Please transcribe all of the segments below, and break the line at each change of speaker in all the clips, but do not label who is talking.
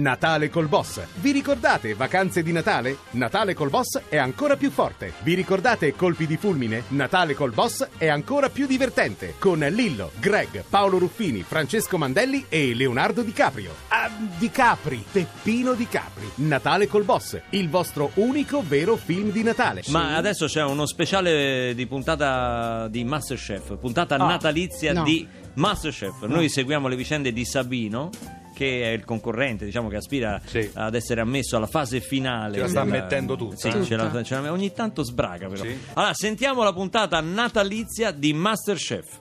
Natale col boss. Vi ricordate vacanze di Natale? Natale col boss è ancora più forte. Vi ricordate colpi di fulmine? Natale col boss è ancora più divertente. Con Lillo, Greg, Paolo Ruffini, Francesco Mandelli e Leonardo Di Caprio. Ah, Di Capri, Peppino Di Capri. Natale col boss, il vostro unico vero film di Natale.
Ma adesso c'è uno speciale di puntata di Masterchef, puntata
Ah,
natalizia
no.
di Masterchef. Noi seguiamo le vicende di Sabino che è il concorrente, diciamo che aspira
Sì.
ad essere ammesso alla fase finale.
Ce la sta
della-
mettendo tutta,
Sì,
eh.
ce la- ce la- ogni tanto sbraga però.
Sì.
Allora, sentiamo la puntata natalizia di Masterchef.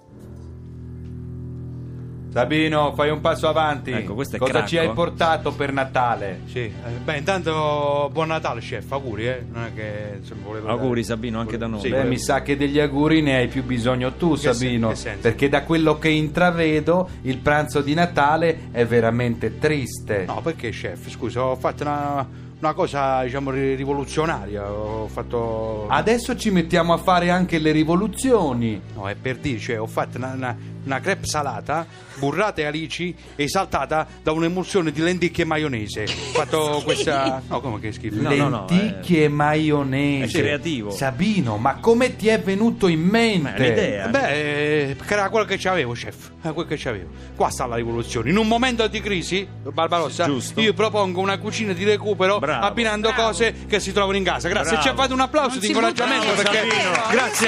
Sabino, fai un passo avanti.
Ecco, questo è
Cosa
cracco,
ci
eh.
hai portato per Natale?
Sì, eh, beh, intanto buon Natale, chef, auguri, eh. Non è che se volevo
Auguri,
dare-
Sabino, anche da noi.
Sì,
Beh, mi sa che degli auguri ne hai più bisogno tu,
Che sen-
Sabino.
che senso?
perché da quello che intravedo, il pranzo di Natale è veramente triste.
No, perché chef? Scusa, ho fatto una, una cosa, diciamo, ri- rivoluzionaria. Ho fatto.
Adesso ci mettiamo a fare anche le rivoluzioni.
No, è per dire, cioè, ho fatto una, una, una crepe salata, burrata e alici e saltata da un'emulsione di lenticchie e maionese. Ho fatto questa. No, come che schifo?
No, no, no,
eh.
Lenticchie e maionese.
è creativo.
Sabino, ma come ti è venuto in mente?
Ma è l'idea.
Beh, eh, perché era quello che c'avevo, chef. Era quello che c'avevo. Qua sta la rivoluzione. In un momento di crisi, Barbarossa,
Giusto.
io propongo una cucina di recupero
Bravo.
abbinando cose che si trovano in casa. Grazie.
Bravo.
Ci fate un applauso
Non
di
si
incoraggiamento
butta
perché
via, Sabino.
grazie.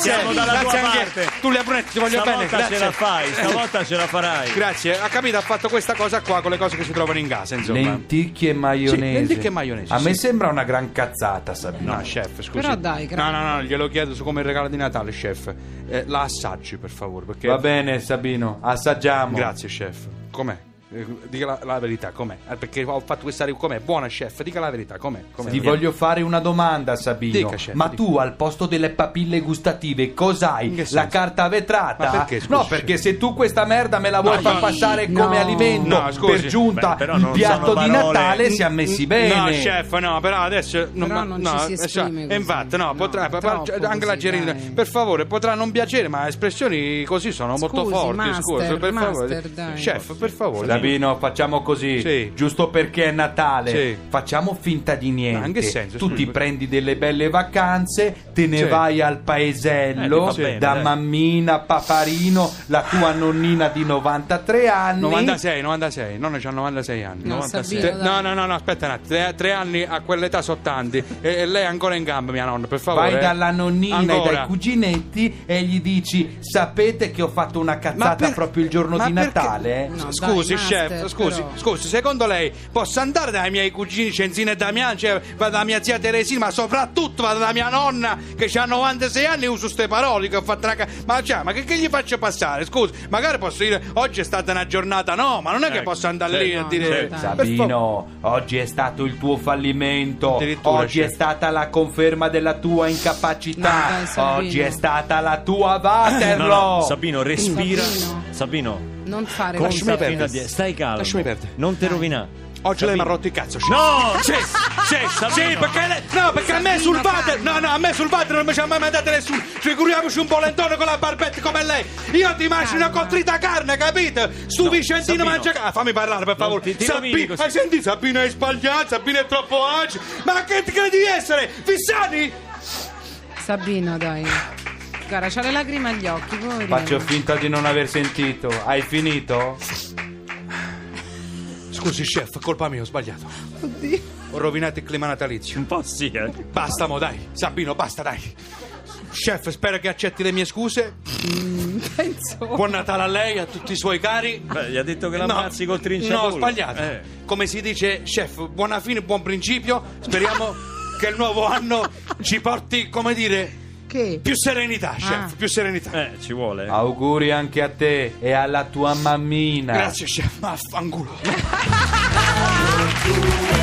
Siamo d'accordo
Siamo dalla tua
con te.
Grazie. grazie anche
parte.
Giulia Brunetti, ti voglio bene.
Stavolta
Grazie.
ce la fai, stavolta ce la farai.
Grazie. Ha capito, ha fatto questa cosa qua con le cose che si trovano in casa, insomma.
Lenticchie e maionese.
Sì, lenticchie e maionese,
A
sì.
me sembra una gran cazzata, Sabino.
No, chef, scusi.
Però dai,
No,
grazie.
no, no, glielo chiedo su come regalo di Natale, chef. Eh, la assaggi, per favore, perché
Va bene, Sabino, assaggiamo.
Grazie, chef. Com'è? Eh, Dica la, la verità, com'è? Eh, Perché ho fatto questa riunione. Com'è? Buona, chef, dica la verità, com'è? com'è?
Ti voglio fare una domanda, Sabino.
Dica, chef,
Ma
dica.
tu al posto delle papille gustative,
In
cos'hai?
che
La
senso?
carta vetrata?
Ma perché, scusi,
no,
chef?
perché se tu questa merda me la vuoi
No,
far
no.
passare
No.
come alimento
No, scusi.
per giunta
Beh, però
il
non
piatto
sono
di
parole.
Natale siamo messi bene.
Mm, No, chef, no, però adesso
Però
ma-
non
no,
ci si esprime
eh,
così.
Infatti, no,
No,
potrà,
troppo
pa- anche la
così,
Gerina,
dai.
per favore, potrà non piacere, ma espressioni così sono molto
Scusi,
forti.
master,
scusa, per
master,
favore.
dai.
Chef, per favore.
Sabino, facciamo così,
Sì.
giusto perché è Natale,
Sì.
facciamo finta di niente.
Ma in che senso?
tu ti
Scusi.
prendi delle belle vacanze, te ne
Sì.
vai al
Eh, ti
paesello
fa bene,
da
dai.
mammina, paparino, la tua nonnina di 93 anni.
96, 96, nonno c'ha 96 anni.
No,
96.
Te-
Sabino,
no,
dai.
no, no, no, aspetta un attimo. Tre, tre anni a quell'età sono tanti. E, e lei è ancora in gamba, mia nonna, per favore.
Vai dalla nonnina e
eh. Ancora.
dai cuginetti e gli dici: Sapete che ho fatto una cazzata
per-
proprio il giorno
ma
di
perché-
Natale? eh?"
No, dai,
scusi,
master,
chef, scusi,
però.
scusi, secondo lei posso andare dai miei cugini Cenzina e Damian, cioè, vado da mia zia Teresina, ma soprattutto vado da mia nonna che ha 96 anni e uso queste parole che ho fatto una ca- ma, cioè, ma che, che gli faccio passare? Scusi, magari posso dire oggi è stata una giornata, no, ma non è che
Ecco,
posso andare
sì,
lì a
no,
dire
no, dai.
Per favore.
Sabino, oggi è stato il tuo fallimento.
Addirittura, cioè.
Oggi è
chef.
stata la conferma della tua incapacità.
No, dai, Sabino.
oggi è stata la tua Waterloo.
No, no, Sabino, respira.
Sabino.
Sabino.
Non fare
Conta
così.
Lasciami
fino
perdere.
a dieci. Stai calmo.
Lasciami perdere.
Non te rovinare.
Oggi lei mi ha
Capito?
rotto il cazzo. chef.
No!
Sì, sì,
Ah,
sì, perché, lei- no, perché a me sul water, no, no, a me sul water non mi ci ha mai mandato nessuno. Figuriamoci un polentone con la barbetta come lei. Io ti mangio una contrita carne, capito? Stu
No,
Vicentino
Sabino.
mangia carne. Ah, fammi parlare, per favore.
ti- ti
Sabino-
domini così.
hai sentito? Sabino è sbagliato, Sabino è troppo agile. Ma che ti credi di essere? Fissani?
Sabino, dai. Guarda, c'ha le lacrime agli occhi. poverino.
Faccio finta di non aver sentito. Hai finito?
Scusi, chef, colpa mia, ho sbagliato.
Oddio.
Ho rovinato il clima natalizio.
Un po' sì, eh.
Basta mo, dai. Sabino, basta, dai. Chef, spero che accetti le mie scuse.
Penso.
Buon Natale a lei, a tutti i suoi cari.
Beh, gli ha detto che la ammazzi col trinciapolo.
No, ho sbagliato.
Eh.
Come si dice, chef, buona fine, buon principio. Speriamo che il nuovo anno ci porti, come dire,
Che?
più serenità, chef,
Ah.
più serenità.
Eh, ci vuole.
Auguri anche a te e alla tua mammina.
Grazie, chef, ma affanculo.